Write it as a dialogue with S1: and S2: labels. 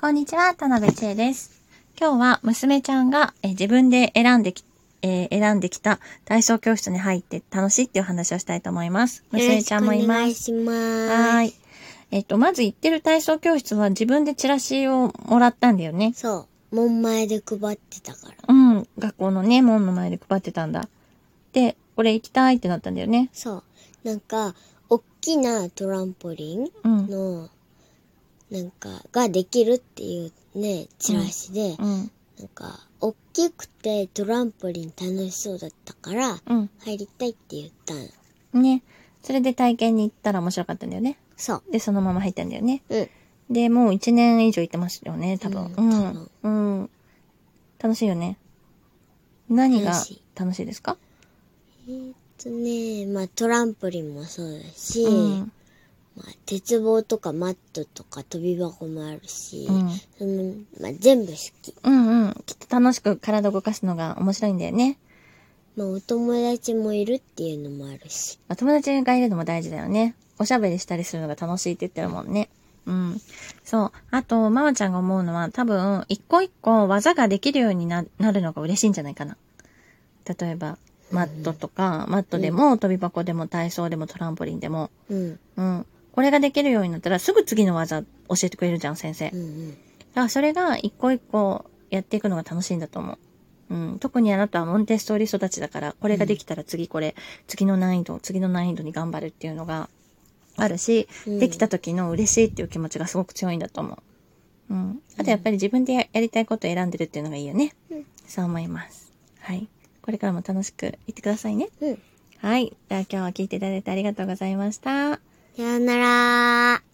S1: こんにちは、田辺千恵です。今日は娘ちゃんがえー自分で選んでき、えー選んできた体操教室に入って楽しいっていう話をしたいと思います。娘ちゃんもい
S2: よ
S1: ま
S2: ろ
S1: す。
S2: しくお願いします。
S1: はーい。えっ、と、まず行ってる体操教室は自分でチラシをもらったんだよね。
S2: そう。門前で配ってたから。
S1: うん、学校のね、門の前で配ってたんだ。で、俺行きたいってなったんだよね。
S2: そう。なんか、おっきなトランポリン
S1: うん。
S2: の、なんか、ができるっていうね、チラシで、
S1: うん。
S2: なんか、おっきくてトランポリン楽しそうだったから、
S1: うん。
S2: 入りたいって言ったの。
S1: ね。それで体験に行ったら面白かったんだよね。
S2: そう。
S1: で、そのまま入ったんだよね。
S2: うん。
S1: で、もう1年以上行ってますよね、多分。
S2: う
S1: うんん。うん。楽しいよね。何が
S2: 楽しい
S1: 楽しいですか
S2: えーっとね、まあトランポリンもそうだし、
S1: うん。
S2: まあ、鉄棒とかマットとか飛び箱もあるし、
S1: うん
S2: そのまあ、全部好き。
S1: うんうん。きっと楽しく体動かすのが面白いんだよね。
S2: まあ、お友達もいるっていうのもあるし。
S1: まあ友達がいるのも大事だよね。おしゃべりしたりするのが楽しいって言ってるもんね。うん。そう。あと、ママちゃんが思うのは、多分、一個一個技ができるようにななるのが嬉しいんじゃないかな。例えば、マットとか、マットでも、飛び箱でも、体操でも、トランポリンでも。
S2: うん。
S1: うん。これができるようになったら、すぐ次の技教えてくれるじゃん、先生。
S2: う
S1: だ
S2: んうん。
S1: から、それが一個一個やっていくのが楽しいんだと思う。うん。特にあなたはモンテッソーリ育ちだから、これができたら次これ、次の難易度、次の難易度に頑張るっていうのがあるし、
S2: うん
S1: できた時の嬉しいっていう気持ちがすごく強いんだと思う。うん。あとやっぱり自分でややりたいことを選んでるっていうのがいいよね。
S2: うん
S1: そう思います。はい。これからも楽しくいってくださいね。
S2: うん。
S1: はい。じゃあ今日は聞いていただいてありがとうございました。
S2: さよなら